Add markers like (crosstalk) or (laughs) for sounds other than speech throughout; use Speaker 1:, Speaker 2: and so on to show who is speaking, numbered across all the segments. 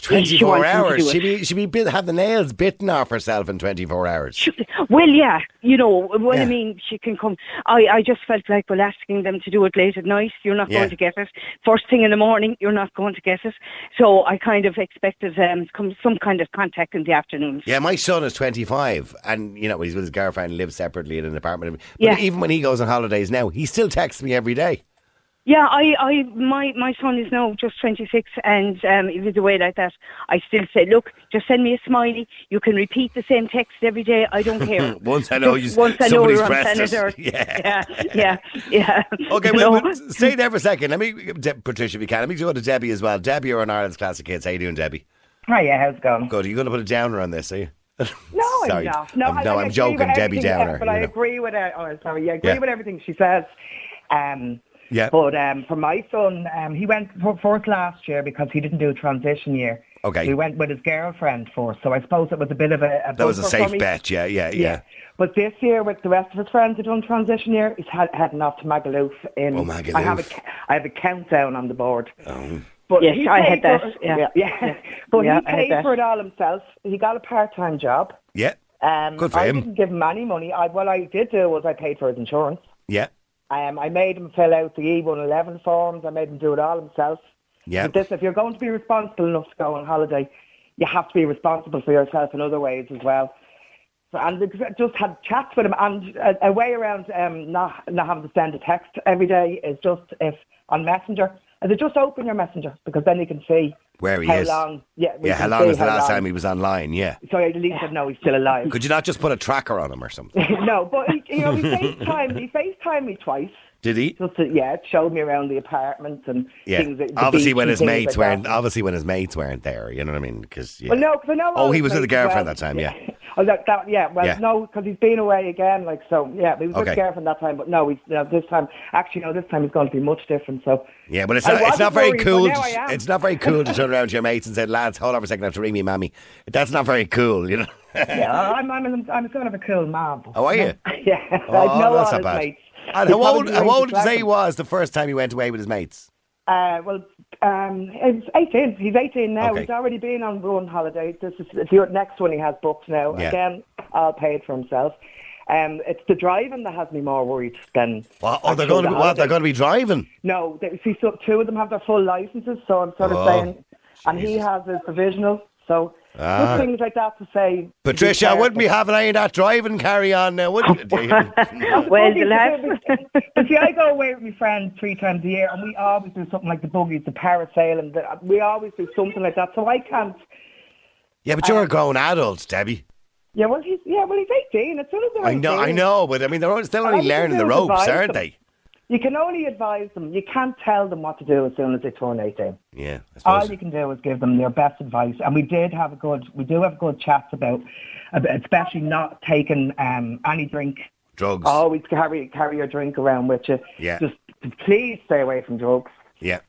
Speaker 1: she
Speaker 2: 24
Speaker 1: wants him to do
Speaker 2: hours.
Speaker 1: it.
Speaker 2: She'd be, she'd be bit, have the nails bitten off herself in 24 hours.
Speaker 1: Well, yeah, you know what
Speaker 2: Yeah.
Speaker 1: I mean. She can come. I, I just felt like well, asking them to do it late at night, you're not
Speaker 2: Yeah.
Speaker 1: going to get it. First thing in the morning, you're not going to get it. So I kind of expected um, come some kind of contact in the afternoons.
Speaker 2: Yeah, my son is 25, and you know, he's with his girlfriend, lives separately in an apartment. But
Speaker 1: Yeah.
Speaker 2: even when he goes on holidays now, he still texts me every day.
Speaker 1: Yeah, I, I, my, my son is now just 26, and um, if it's away like that, I still say, look, just send me a smiley. You can repeat the same text every day. I don't care.
Speaker 2: (laughs) Once I know
Speaker 1: Just
Speaker 2: you-
Speaker 1: once I know
Speaker 2: somebody's
Speaker 1: you're on
Speaker 2: pressed
Speaker 1: planet
Speaker 2: it. (laughs)
Speaker 1: Earth.
Speaker 2: Yeah.
Speaker 1: yeah, yeah. yeah.
Speaker 2: Okay,
Speaker 1: You
Speaker 2: well,
Speaker 1: know?
Speaker 2: well, stay there for a second. Let me, De- Patricia, if you can, let me go to Debbie as well. Debbie, you're on Ireland's Classic Kids. How you doing, Debbie?
Speaker 3: Hiya, how's it going?
Speaker 2: Good. Are you going to put a downer on this, are you?
Speaker 3: No,
Speaker 2: (laughs) Sorry.
Speaker 3: I'm not.
Speaker 2: I'm,
Speaker 3: I-
Speaker 2: no, I'm
Speaker 3: I agree
Speaker 2: joking,
Speaker 3: with
Speaker 2: Debbie
Speaker 3: everything, yeah,
Speaker 2: Downer.
Speaker 3: But
Speaker 2: you
Speaker 3: I
Speaker 2: know.
Speaker 3: agree with it. Oh, sorry. I agree
Speaker 2: Yeah.
Speaker 3: with everything she says. Um,
Speaker 2: Yeah.
Speaker 3: But um, for my son, um, he went for fourth last year because he didn't do transition year.
Speaker 2: Okay.
Speaker 3: We went with his girlfriend for, so I suppose it was a bit of a. a
Speaker 2: That was a
Speaker 3: bumper for
Speaker 2: safe
Speaker 3: me.
Speaker 2: bet. Yeah, yeah, yeah.
Speaker 3: But this year, with the rest of his friends who done transition year, he's had, heading off to Magaluf. In,
Speaker 2: Oh, Magaluf.
Speaker 3: I have, a, ca- I have a countdown on the board.
Speaker 2: Oh.
Speaker 3: But
Speaker 1: Yes,
Speaker 3: he
Speaker 1: I
Speaker 3: paid
Speaker 1: had
Speaker 3: for-
Speaker 1: that, yeah. Yeah.
Speaker 3: (laughs) But
Speaker 1: Yeah,
Speaker 3: he
Speaker 1: I had
Speaker 3: paid
Speaker 1: that.
Speaker 3: for it all himself. He got a part-time job.
Speaker 2: Yeah.
Speaker 3: Um,
Speaker 2: Good for
Speaker 3: I
Speaker 2: him.
Speaker 3: didn't give him any money. I, what I did do was I paid for his insurance.
Speaker 2: Yeah.
Speaker 3: Um, I made him fill out the E111 forms. I made him do it all himself.
Speaker 2: Yeah.
Speaker 3: But this, if you're going to be responsible enough to go on holiday, you have to be responsible for yourself in other ways as well. So, and I just had chats with him. And a, a way around um, not, not having to send a text every day is just if on Messenger, I said, just open your Messenger because then you can see
Speaker 2: Where he
Speaker 3: how
Speaker 2: is.
Speaker 3: long. Yeah, we
Speaker 2: Yeah,
Speaker 3: can
Speaker 2: how long
Speaker 3: see
Speaker 2: was the
Speaker 3: how
Speaker 2: last
Speaker 3: long.
Speaker 2: time he was online? Yeah.
Speaker 3: So at least I know he's still alive.
Speaker 2: Could you not just put a tracker on him or
Speaker 3: (laughs)
Speaker 2: something?
Speaker 3: no, but he, you know, he FaceTimed, he FaceTimed me twice.
Speaker 2: Did he?
Speaker 3: Just to, yeah, it showed me around the apartment and
Speaker 2: Yeah.
Speaker 3: things. That, the
Speaker 2: Obviously,
Speaker 3: beach
Speaker 2: when
Speaker 3: and
Speaker 2: his
Speaker 3: things
Speaker 2: mates oh,
Speaker 3: like
Speaker 2: weren't.
Speaker 3: that.
Speaker 2: Obviously, when his mates weren't there. You know what I mean? Because yeah.
Speaker 3: Well, no, because I know.
Speaker 2: Oh,
Speaker 3: all
Speaker 2: he
Speaker 3: his
Speaker 2: was with a
Speaker 3: mates as
Speaker 2: girlfriend
Speaker 3: well.
Speaker 2: that time. Yeah.
Speaker 3: (laughs) Oh, that, that yeah. Well,
Speaker 2: Yeah.
Speaker 3: no, because he's been away again. Like so, yeah, he was with
Speaker 2: Okay.
Speaker 3: a girlfriend that time, but no, he's no, this time. Actually, no, this time he's going to be much different. So
Speaker 2: Yeah, but it's
Speaker 3: I
Speaker 2: not, it's
Speaker 3: wasn't
Speaker 2: not very
Speaker 3: worried, but
Speaker 2: cool.
Speaker 3: now I
Speaker 2: to-
Speaker 3: am.
Speaker 2: it's not very cool to turn around to your mates and say, "Lads, hold on for a second, I have to ring me, mammy." That's not very cool, you know. (laughs)
Speaker 3: yeah, I'm I'm I'm sort of a cool man. but-
Speaker 2: How are you?
Speaker 3: (laughs) Yeah,
Speaker 2: Oh,
Speaker 3: I know
Speaker 2: that's not
Speaker 3: all his
Speaker 2: bad.
Speaker 3: mates.
Speaker 2: And
Speaker 3: He
Speaker 2: how old,
Speaker 3: probably
Speaker 2: how
Speaker 3: raised
Speaker 2: old did
Speaker 3: his
Speaker 2: you say he
Speaker 3: level.
Speaker 2: was the first time he went away with his mates?
Speaker 3: Uh, well, um, he's 18. He's 18 now.
Speaker 2: Okay.
Speaker 3: He's already been on one holiday. This is the next one he has booked now.
Speaker 2: Yeah.
Speaker 3: Again, all paid for himself. Um, it's the driving that has me more worried than.
Speaker 2: Well, oh, they're
Speaker 3: actually
Speaker 2: going to
Speaker 3: the
Speaker 2: be, what, they're
Speaker 3: holiday.
Speaker 2: going to be driving.
Speaker 3: No, they, see, so two of them have their full licenses, so I'm sort of
Speaker 2: Oh,
Speaker 3: saying, and he
Speaker 2: Jesus.
Speaker 3: has his provisional. So
Speaker 2: Ah.
Speaker 3: just things like that to say. to be
Speaker 2: Patricia, I wouldn't be
Speaker 3: careful.
Speaker 2: having any of that driving carry on now, would
Speaker 3: (laughs)
Speaker 2: you?
Speaker 1: (laughs) Well,
Speaker 3: Buggies,
Speaker 1: you'll have-
Speaker 3: the buggies. but see, I go away with my friend three times a year, and we always do something like the buggies, the parasailing. The, we always do something like that. So I can't.
Speaker 2: yeah, but you're a grown adult, Debbie.
Speaker 3: Yeah, well, he's yeah, well, he's eighteen. As soon as they're
Speaker 2: I know,
Speaker 3: 18,
Speaker 2: I know, but I mean, they're still
Speaker 3: All
Speaker 2: only
Speaker 3: you
Speaker 2: learning
Speaker 3: can
Speaker 2: the
Speaker 3: do is
Speaker 2: ropes,
Speaker 3: advise
Speaker 2: aren't
Speaker 3: them.
Speaker 2: they?
Speaker 3: You can only advise them. You can't tell them what to do as soon as they turn eighteen.
Speaker 2: Yeah, I
Speaker 3: All
Speaker 2: suppose.
Speaker 3: you can do is give them their best advice, and we did have a good, we do have good chats about, about especially not taking um, any drink.
Speaker 2: Drugs.
Speaker 3: Always carry carry your drink around with you.
Speaker 2: Yeah.
Speaker 3: Just please stay away from drugs. um,
Speaker 2: Yeah.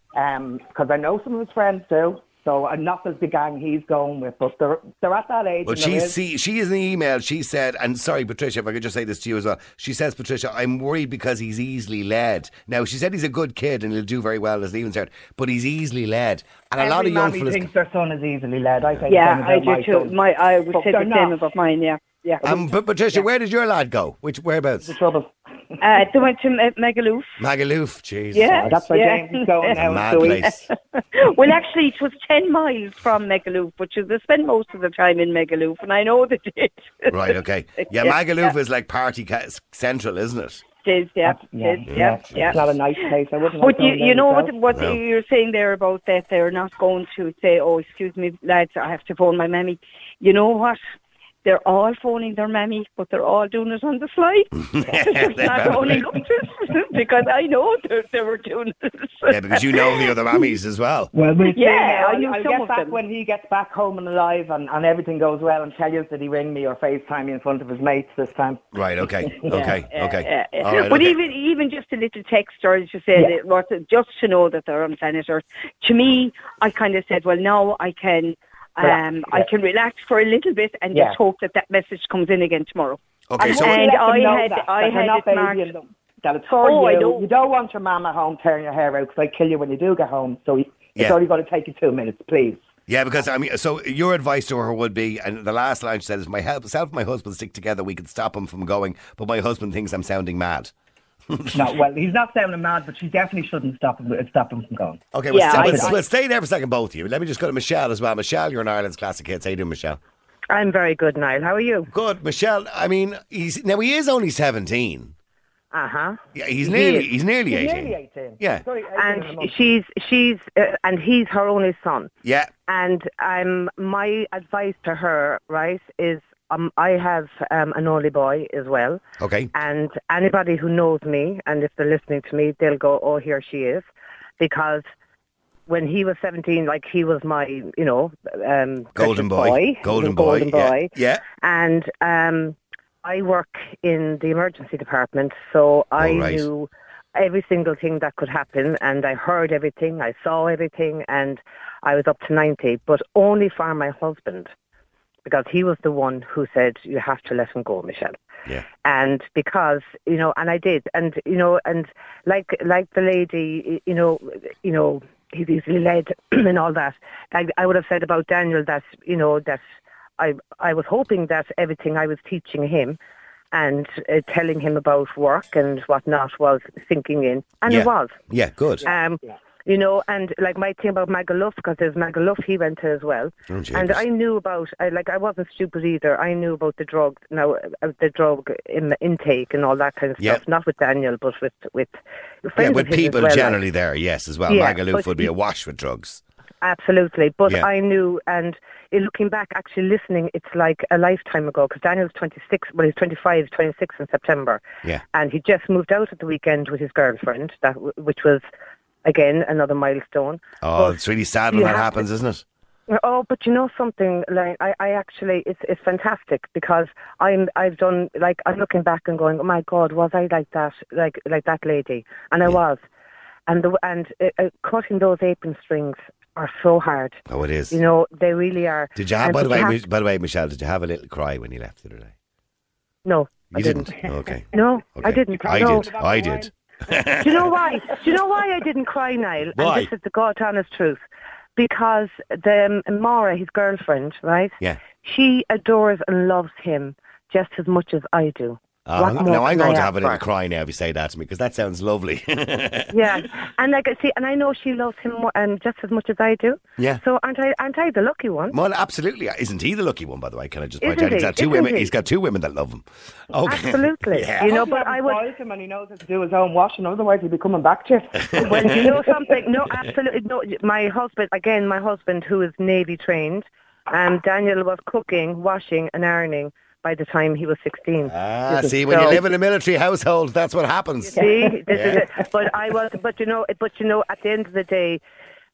Speaker 3: because I know some of his friends do. So I'm not as the gang he's going with, but they're they're at that age.
Speaker 2: Well,
Speaker 3: and there
Speaker 2: she
Speaker 3: is-
Speaker 2: see she is in the email. She said, and sorry, Patricia, if I could just say this to you as well. She says, Patricia, I'm worried because he's easily led. Now she said he's a good kid and he'll do very well as Leavens Cert, but he's easily led, and a lot
Speaker 3: Every
Speaker 2: of young
Speaker 3: mammy
Speaker 2: fellas.
Speaker 3: thinks their son is easily led. I think.
Speaker 4: Yeah, I do too. My, I would
Speaker 3: But
Speaker 4: say
Speaker 3: they're
Speaker 4: the same
Speaker 3: not.
Speaker 4: about mine. Yeah, yeah.
Speaker 2: Um, but Patricia, where did your lad go? Which whereabouts?
Speaker 3: the trouble.
Speaker 4: uh, they went to Ma- Magaluf.
Speaker 2: (laughs) Magaluf. Jesus.
Speaker 4: Yeah, oh,
Speaker 2: Christ.
Speaker 3: That's where
Speaker 4: Yeah.
Speaker 3: James is going
Speaker 2: A
Speaker 3: now.
Speaker 2: mad
Speaker 3: So he,
Speaker 4: (laughs)
Speaker 2: place.
Speaker 4: (laughs) well, actually, it was 10 miles from Megaloof, but you- they spend most of the time in Megaloof, and I know they did.
Speaker 2: (laughs) Right. Okay. Yeah, Magaluf is like party ca- central, isn't it?
Speaker 4: It is, yeah.
Speaker 3: yeah,
Speaker 4: It is, yeah, yeah.
Speaker 3: It's not a nice place. I wouldn't. like
Speaker 4: But you,
Speaker 3: going there
Speaker 4: you know what,
Speaker 3: myself.
Speaker 4: what
Speaker 2: No.
Speaker 4: you're saying there about that they're not going to say, oh, excuse me, lads, I have to phone my mammy. You know what? They're all phoning their mammy, but they're all doing it on the
Speaker 2: (laughs)
Speaker 4: fly. (laughs) It's not only (laughs) because I know they they were doing it.
Speaker 2: Yeah, because you know
Speaker 4: (laughs)
Speaker 2: the other mammies as well.
Speaker 3: Well, we'll see
Speaker 4: Yeah,
Speaker 3: now.
Speaker 4: I
Speaker 3: I'll,
Speaker 4: knew
Speaker 3: I'll
Speaker 4: some
Speaker 3: get
Speaker 4: of
Speaker 3: back
Speaker 4: them.
Speaker 3: when he gets back home and alive and, and everything goes well and tell you that he ring me or FaceTime me in front of his mates this time.
Speaker 2: Right. Okay. Okay.
Speaker 4: Yeah,
Speaker 2: Okay.
Speaker 4: yeah, yeah.
Speaker 2: All right,
Speaker 4: Uh, but
Speaker 2: okay.
Speaker 4: even even just a little text or as you said,
Speaker 3: Yeah.
Speaker 4: it was just to know that they're on planet Earth. To me, I kind of said, well, now I can. Um,
Speaker 3: Relax,
Speaker 4: I
Speaker 3: yeah.
Speaker 4: can relax for a little bit and
Speaker 3: Yeah.
Speaker 4: just hope that that message comes in again tomorrow.
Speaker 2: okay.
Speaker 4: I
Speaker 2: So
Speaker 4: had-
Speaker 3: Let
Speaker 4: And
Speaker 3: them
Speaker 4: I
Speaker 3: know
Speaker 4: had-
Speaker 3: that,
Speaker 4: I
Speaker 3: that
Speaker 4: had
Speaker 3: you're not
Speaker 4: it
Speaker 3: babying
Speaker 4: marked.
Speaker 3: them, That it's for
Speaker 4: Oh, I
Speaker 3: you.
Speaker 4: know.
Speaker 3: You don't want your mum at home tearing your hair out because I kill you when you do get home. So it's
Speaker 2: Yeah.
Speaker 3: only going to take you two minutes,
Speaker 2: (laughs)
Speaker 3: please.
Speaker 2: Yeah, because I mean, so your advice to her would be, and the last line she said is, "My help, self, and my husband stick together. We can stop him from going, but my husband thinks I'm sounding mad."
Speaker 3: no, well, he's not sounding mad, but she definitely shouldn't stop him, stop him from going.
Speaker 2: Okay, well,
Speaker 4: Yeah,
Speaker 2: sta-
Speaker 4: I-
Speaker 2: well,
Speaker 4: I-
Speaker 2: well, stay there for a second, both of you. Let me just go to Michelle as well. Michelle, you're an Ireland's classic hits. How you doing, Michelle?
Speaker 1: I'm very good, Niall. How are you?
Speaker 2: Good, Michelle. I mean, he's now he is only seventeen.
Speaker 1: Uh huh.
Speaker 2: Yeah, he's nearly he's nearly
Speaker 3: He's
Speaker 2: eighteen.
Speaker 3: nearly 18.
Speaker 2: Yeah,
Speaker 3: Sorry, 18 in a
Speaker 1: And
Speaker 3: month.
Speaker 1: she's she's uh, and he's her only son.
Speaker 2: yeah,
Speaker 1: And um, my advice to her, right, is um, I have um, an only boy as well.
Speaker 2: okay.
Speaker 1: And anybody who knows me, and if they're listening to me, they'll go, "Oh, here she is," because when he was 17, like he was my, you know, um, precious
Speaker 2: Golden boy,
Speaker 1: He was
Speaker 2: golden
Speaker 1: a
Speaker 2: boy,
Speaker 1: golden
Speaker 2: yeah,
Speaker 1: boy.
Speaker 2: yeah.
Speaker 1: and um, I work in the emergency department, so I
Speaker 2: All right.
Speaker 1: knew every single thing that could happen, and I heard everything, I saw everything, and I was up to ninety, but only for my husband, because he was the one who said you have to let him go, Michelle
Speaker 2: yeah.
Speaker 1: and because you know and i did and you know and like like the lady you know you know he's easily led (clears throat) and all that like i would have said about daniel that you know that i i was hoping that everything i was teaching him and uh, telling him about work and whatnot was sinking in and
Speaker 2: yeah.
Speaker 1: it was
Speaker 2: Yeah, good.
Speaker 1: um, You know, and like my thing about Magaluf, because there's Magaluf he went to as well.
Speaker 2: Oh, Jesus.
Speaker 1: and I knew about, I, like, I wasn't stupid either. I knew about the drug, now uh, the drug in, intake and all that kind of
Speaker 2: Yeah.
Speaker 1: stuff. Not with Daniel, but with with
Speaker 2: yeah,
Speaker 1: friends
Speaker 2: with
Speaker 1: of his as
Speaker 2: people
Speaker 1: well, like.
Speaker 2: generally there, yes, as well.
Speaker 1: Yeah,
Speaker 2: Magaluf
Speaker 1: but
Speaker 2: would be
Speaker 1: he-
Speaker 2: awash with drugs.
Speaker 1: Absolutely, but
Speaker 2: Yeah.
Speaker 1: I knew, and in looking back, actually listening, it's like a lifetime ago because Daniel's 26, well, he's 25, 26 in September.
Speaker 2: Yeah.
Speaker 1: And he just moved out at the weekend with his girlfriend, that w- which was, again, another milestone.
Speaker 2: Oh,
Speaker 1: But-
Speaker 2: it's really sad when
Speaker 1: you
Speaker 2: that
Speaker 1: have
Speaker 2: happens, isn't it?
Speaker 1: Oh, but you know something, like I, I actually, it's it's fantastic because I'm I've done like I'm looking back and going, oh my God, was I like that, like like that lady, and I was, and the and uh, uh, cutting those apron strings are so hard.
Speaker 2: Oh, it is.
Speaker 1: You know, they really are.
Speaker 2: Did you have,
Speaker 1: And
Speaker 2: by the
Speaker 1: but
Speaker 2: way,
Speaker 1: you have-
Speaker 2: Mich- by the way, Michelle, did you have a little cry when you left the other day?
Speaker 1: no,
Speaker 2: You
Speaker 1: I didn't. (laughs)
Speaker 2: Okay.
Speaker 1: No, I
Speaker 2: Okay.
Speaker 1: didn't.
Speaker 2: I
Speaker 1: no.
Speaker 2: did. I did.
Speaker 1: Do you know why? Do you know why I didn't cry, Niall?
Speaker 2: Why?
Speaker 1: And this is the God honest truth. Because the um, Mara, his girlfriend, right?
Speaker 2: Yeah.
Speaker 1: She adores and loves him just as much as I do.
Speaker 2: Uh,
Speaker 1: What
Speaker 2: I'm-
Speaker 1: more
Speaker 2: now I'm
Speaker 1: can
Speaker 2: going
Speaker 1: I
Speaker 2: to have a
Speaker 1: ask
Speaker 2: little
Speaker 1: for?
Speaker 2: cry now if you say that to me because that sounds lovely. (laughs)
Speaker 1: Yeah, and like I see, and I know she loves him more, um, just as much as I do.
Speaker 2: Yeah.
Speaker 1: So aren't I? Aren't I the
Speaker 2: (laughs)
Speaker 1: lucky one?
Speaker 2: well, absolutely. Uh, Isn't he the lucky one? By the way, can I just point
Speaker 1: Isn't
Speaker 2: out he's
Speaker 1: he?
Speaker 2: got two
Speaker 1: Isn't
Speaker 2: women?
Speaker 1: he?
Speaker 2: has got two women that love him. Okay.
Speaker 1: Absolutely.
Speaker 2: Yeah.
Speaker 1: You know,
Speaker 3: Hope you
Speaker 1: but
Speaker 3: haven't
Speaker 1: I would.
Speaker 3: spoiled him and he knows how to do his own washing, otherwise he'd be coming
Speaker 1: (laughs)
Speaker 3: back to you.
Speaker 1: well, you know something?
Speaker 2: (laughs)
Speaker 1: No, absolutely. No, my husband again. My husband, who is navy trained, um, Daniel was cooking, washing, and ironing by the time he was sixteen.
Speaker 2: Ah,
Speaker 1: This is
Speaker 2: see, when
Speaker 1: so-
Speaker 2: you live in a military household, that's what happens.
Speaker 1: See, this
Speaker 2: Yeah.
Speaker 1: is it. But I was, but you know, but you know, at the end of the day,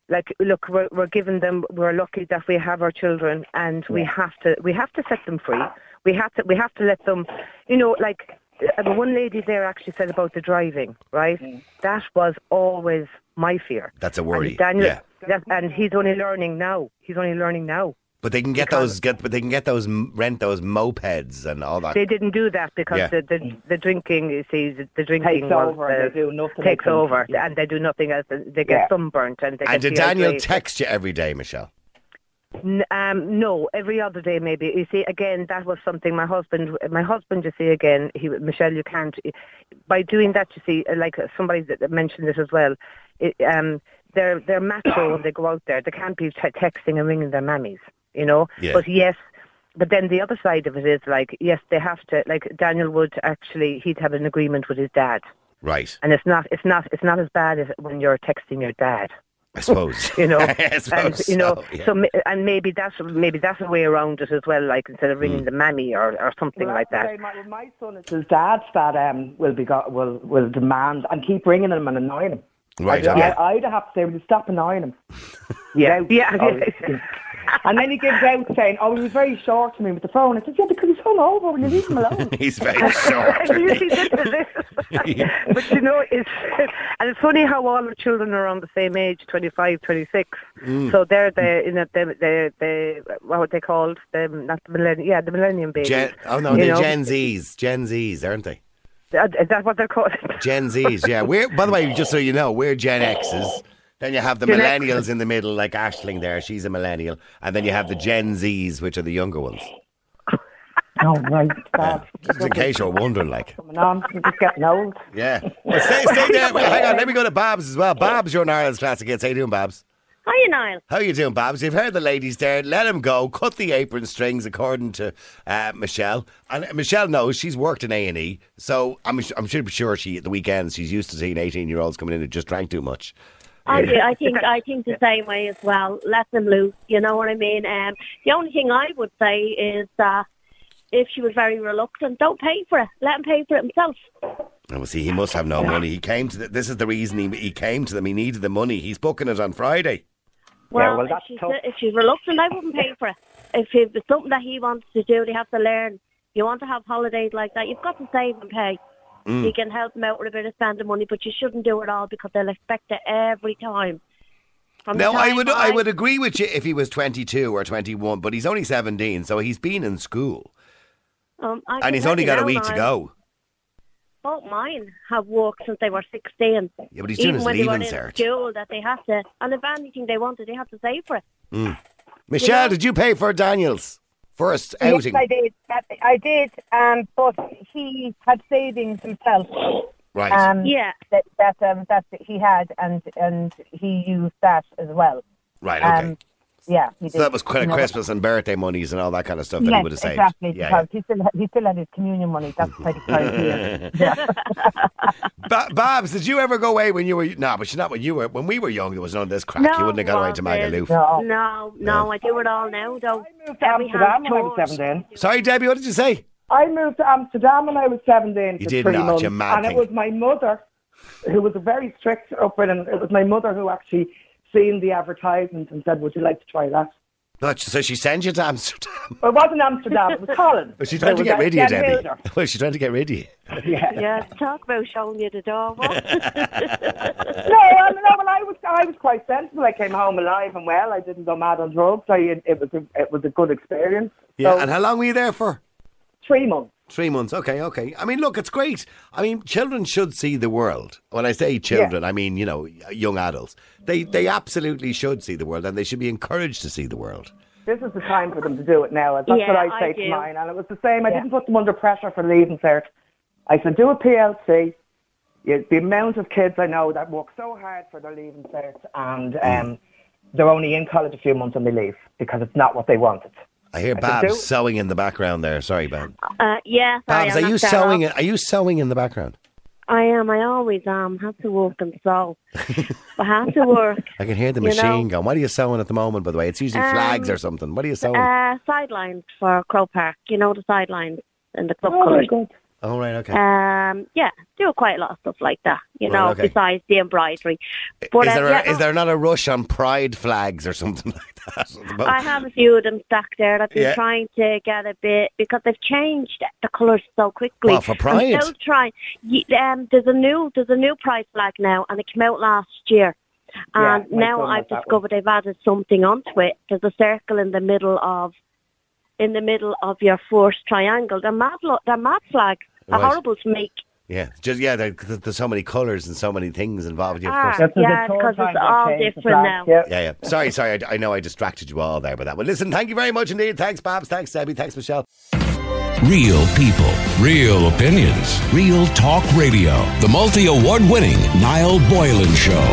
Speaker 1: like, look, we're, we're giving them. We're lucky that we have our children, and we have to, we have to set them free. We have to, we have to let them, you know, like. uh, One lady there actually said about the driving, right? That was always my fear.
Speaker 2: Mm. That's a
Speaker 1: And
Speaker 2: worry.
Speaker 1: Daniel,
Speaker 2: Yeah.
Speaker 1: That, and he's only learning now. He's only learning now.
Speaker 2: But they can get those get, but they can get those m- rent those mopeds and all that.
Speaker 1: They didn't do that because
Speaker 2: Yeah.
Speaker 1: the, the the drinking, you see, the- the drinking
Speaker 3: Takes
Speaker 1: was,
Speaker 3: over and
Speaker 1: uh,
Speaker 3: they do nothing, I
Speaker 1: takes
Speaker 3: think.
Speaker 1: over,
Speaker 3: Yeah.
Speaker 1: and they do nothing else. and They get
Speaker 3: Yeah.
Speaker 1: sunburnt and they
Speaker 2: and
Speaker 1: get
Speaker 2: did Daniel
Speaker 1: dehydrated.
Speaker 2: text you every day, Michelle?
Speaker 1: N- Um, no, every other day maybe. You see, again, that was something my husband, my husband, you see, again, he, Michelle, you can't, by doing that, you see, like somebody that mentioned this as well, it, um, they're, they're macho when they go out there. They can't be te- texting and ringing their mammies, you know?
Speaker 2: Yeah.
Speaker 1: But yes, but then the other side of it is like, yes, they have to, like Daniel would actually, he'd have an agreement with his dad.
Speaker 2: Right,
Speaker 1: And it's not, it's not, it's not as bad as when you're texting your dad
Speaker 2: I suppose.
Speaker 1: (laughs)
Speaker 2: (laughs)
Speaker 1: you know,
Speaker 2: I
Speaker 1: and
Speaker 2: suppose
Speaker 1: you know,
Speaker 2: so, yeah.
Speaker 1: so ma- and maybe that's maybe that's a way around it as well. Like instead
Speaker 2: Mm.
Speaker 1: of ringing the mammy or, or something
Speaker 3: Well,
Speaker 1: like
Speaker 3: that's
Speaker 1: that.
Speaker 3: the way My, my son is his dad's that um, will be got, will will demand and keep ringing him and annoying him.
Speaker 2: Right,
Speaker 3: I'd,
Speaker 2: okay.
Speaker 3: I, I'd have to say, "Will you stop
Speaker 1: (laughs)
Speaker 3: annoying him?"
Speaker 1: Yeah, (laughs) yeah,
Speaker 3: Oh,
Speaker 1: yeah.
Speaker 3: (laughs) And then he gives out saying, "Oh, he was very short to me with the phone." I said, "Yeah, because he's hungover. Will you leave him alone?"
Speaker 2: He's very
Speaker 1: (laughs)
Speaker 2: short.
Speaker 1: You see, this is
Speaker 2: (laughs)
Speaker 1: it. but you know, it's (laughs) and it's funny how all the children are around the same age, 25, 26.
Speaker 2: Mm.
Speaker 1: So they're the you know the the the what were they called? The not the millennium, yeah, the millennium babies.
Speaker 2: Gen, oh no,
Speaker 1: You
Speaker 2: they're
Speaker 1: know,
Speaker 2: Gen Zs, Gen Zs, aren't they?
Speaker 1: uh, Is that what they're called?
Speaker 2: Gen Zs, yeah. We're by the way, just so you know, we're Gen Xs. Then you have the
Speaker 1: Gen X.
Speaker 2: millennials in the middle, like Ashling there, she's a millennial, and then you have the Gen Zs, which are the younger ones.
Speaker 3: Oh, right, Dad.
Speaker 2: Just in case you're wondering, like,
Speaker 3: Coming on, I'm just getting old.
Speaker 2: yeah. Well, stay,
Speaker 1: (laughs)
Speaker 2: stay there. Well, hang on, let me go to Bob's as well. Bob's your Ireland's classic kids. How you doing, Bob's?
Speaker 5: Hiya, Niall.
Speaker 2: How you doing, Bob's? You've heard the ladies there. Let them go. Cut the apron strings, according to uh, Michelle. And uh, Michelle knows she's worked in A and E, so I'm su- I'm sure sure she at the weekends she's used to seeing 18 year olds coming in who just drank too much.
Speaker 5: I do. I think I think the same way as well. Let them loose. You know what I mean. Um, the only thing I would say is that if she was very reluctant, don't pay for it. Let him pay for it himself.
Speaker 2: And well, see, he must have no money. He came to the, this is the reason he he came to them. He needed the money. He's booking it on Friday.
Speaker 5: Well,
Speaker 3: well,
Speaker 5: if,
Speaker 3: that's
Speaker 5: she's,
Speaker 3: tough.
Speaker 5: if she's reluctant, I wouldn't pay for it. If it was something that he wants to do, they have to learn. You want to have holidays like that, you've got to save and pay.
Speaker 2: Mm.
Speaker 5: You can help them out with a bit of spending money, but you shouldn't do it all because they'll expect it every time. From the
Speaker 2: Now, I
Speaker 5: time
Speaker 2: would I would agree with you if he was 22 or 21, but he's only 17, so he's been in school
Speaker 5: um, I can
Speaker 2: and he's
Speaker 5: tell
Speaker 2: only
Speaker 5: you
Speaker 2: got a
Speaker 5: now,
Speaker 2: week to
Speaker 5: Niall,
Speaker 2: go.
Speaker 5: Both mine have worked since they were 16.
Speaker 2: Yeah, but he's doing
Speaker 5: Even
Speaker 2: his
Speaker 5: when they were
Speaker 2: leaving
Speaker 5: in
Speaker 2: cert.
Speaker 5: school, that they had to, and if anything they wanted, they had to save for it.
Speaker 2: Michelle,
Speaker 5: know-
Speaker 2: did you pay for Daniel's first outing?
Speaker 6: Yes, I did. That- I did, um, but he had savings himself.
Speaker 2: Right.
Speaker 6: Um,
Speaker 5: Yeah.
Speaker 6: That that, um, that he had, and and he used that as well.
Speaker 2: right, okay.
Speaker 6: Um, yeah, he did.
Speaker 2: so that was kind
Speaker 6: You
Speaker 2: of
Speaker 6: know,
Speaker 2: Christmas and birthday monies and all that kind of stuff that he
Speaker 6: Yes,
Speaker 2: would have saved.
Speaker 6: exactly.
Speaker 2: Yeah, yeah.
Speaker 6: because He still had, he still had his communion money. That's pretty
Speaker 2: (laughs)
Speaker 6: crazy.
Speaker 2: Ba- Babs, did you ever go away when you were. No, but she's not when you were. When we were young, there was none of this crack. you
Speaker 5: No,
Speaker 2: wouldn't have gone away to
Speaker 5: wasn't.
Speaker 2: Magaluf.
Speaker 6: No.
Speaker 5: No, no, I do it all now, though.
Speaker 3: I moved to Amsterdam when I was seventeen.
Speaker 2: Sorry, Debbie, what did you say?
Speaker 3: I moved to Amsterdam when I was 17
Speaker 2: You
Speaker 3: for
Speaker 2: did
Speaker 3: three
Speaker 2: not,
Speaker 3: months,
Speaker 2: you mad
Speaker 3: and
Speaker 2: thing.
Speaker 3: it was my mother who was a very strict upbringing. It was my mother who actually seen the advertisement and said, "Would you like to try that?"
Speaker 2: No, so she sent you to Amsterdam.
Speaker 3: Well, it wasn't Amsterdam; it was
Speaker 2: (laughs)
Speaker 3: Holland.
Speaker 2: But she tried
Speaker 3: It
Speaker 2: to
Speaker 3: was
Speaker 2: get
Speaker 3: at
Speaker 2: rid of you,
Speaker 3: Den
Speaker 2: Debbie.
Speaker 3: Wilder.
Speaker 2: (laughs) Well, she tried to get rid of you.
Speaker 3: Yeah.
Speaker 5: Yeah, talk about showing you the door.
Speaker 2: (laughs)
Speaker 5: What?
Speaker 3: No, I mean, no, well, I was I was quite sensible. I came home alive and well. I didn't go mad on drugs. I it was a, it was a good experience.
Speaker 2: Yeah,
Speaker 3: so,
Speaker 2: and how long were you there for?
Speaker 3: three months.
Speaker 2: Three months. Okay, okay. I mean, look, it's great. I mean, children should see the world. When I say children, I mean you know young adults. They they absolutely should see the world, and they should be encouraged to see the world.
Speaker 3: This is the time for them to do it now. and That's
Speaker 5: Yeah,
Speaker 3: what I
Speaker 5: I
Speaker 3: say to
Speaker 5: do.
Speaker 3: mine. And it was the same. I didn't put them under pressure for leaving cert. I said, do a PLC. You, the amount of kids I know that work so hard for their leaving cert and um, they're only in college a few months and they leave because it's not what they wanted.
Speaker 2: I hear
Speaker 3: can do
Speaker 2: Babs
Speaker 3: it.
Speaker 2: sewing in the background there. Sorry, Babs.
Speaker 5: Uh, yeah, sorry,
Speaker 2: Babs,
Speaker 5: I
Speaker 2: are you
Speaker 5: knocked that
Speaker 2: sewing?
Speaker 5: off.
Speaker 2: in- Are you sewing in the background?
Speaker 5: I am. I always am. Have to work and
Speaker 2: (laughs)
Speaker 5: sew. I have to work.
Speaker 2: I can hear the
Speaker 5: You know-
Speaker 2: machine going. What are you sewing at the moment? By the way, it's usually
Speaker 5: Um,
Speaker 2: flags or something. What are you sewing?
Speaker 5: Uh, sidelines for Crow Park. You know the sidelines and the club
Speaker 3: Oh, my
Speaker 5: colours.
Speaker 3: God.
Speaker 2: oh right, okay.
Speaker 5: Um, yeah, do quite a lot of stuff like that. You
Speaker 2: Right,
Speaker 5: know,
Speaker 2: okay.
Speaker 5: besides the embroidery.
Speaker 2: is
Speaker 5: uh,
Speaker 2: there a,
Speaker 5: yeah,
Speaker 2: is there not a rush on pride flags or something (laughs) like that? at the moment?
Speaker 5: I have a few of them stacked there. I've been
Speaker 2: Yeah.
Speaker 5: trying to get a bit because they've changed the colours so quickly.
Speaker 2: Well, for Pride?
Speaker 5: I'm still trying. Ye- Um, there's a new there's a new Pride flag now, and it came out last year. And
Speaker 3: Yeah, my
Speaker 5: now
Speaker 3: son
Speaker 5: I've
Speaker 3: had that one.
Speaker 5: discovered I've added something onto it. There's a circle in the middle of in the middle of your first triangle. They're mad, lo- they're mad flags. They're
Speaker 2: Right.
Speaker 5: horrible to make.
Speaker 2: Yeah, just yeah. there- 'cause There's so many colours and so many things involved. Yeah, of
Speaker 5: Ah,
Speaker 2: course.
Speaker 3: That's the
Speaker 5: yeah,
Speaker 3: third
Speaker 5: because
Speaker 3: time
Speaker 5: it's
Speaker 3: they've
Speaker 5: all
Speaker 3: changed the
Speaker 5: different now.
Speaker 3: flag, yeah.
Speaker 2: Yeah, yeah. Sorry, sorry. I, I know I distracted you all there with that. Well, listen, thank you very much indeed. Thanks, Babs. Thanks, Debbie. Thanks, Michelle.
Speaker 7: Real people, real opinions, real talk radio. The multi award winning Niall Boylan Show.